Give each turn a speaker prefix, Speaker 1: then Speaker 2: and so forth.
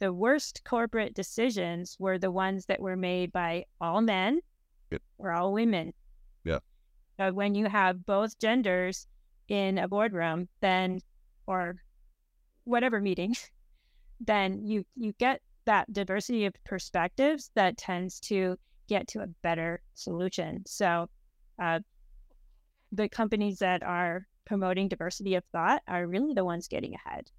Speaker 1: the worst corporate decisions were the ones that were made by all men
Speaker 2: Yep.
Speaker 1: or all women.
Speaker 2: Yeah.
Speaker 1: But when you have both genders in a boardroom, then or whatever meeting, then you you get that diversity of perspectives that tends to get to a better solution. So uh, the companies that are promoting diversity of thought are really the ones getting ahead.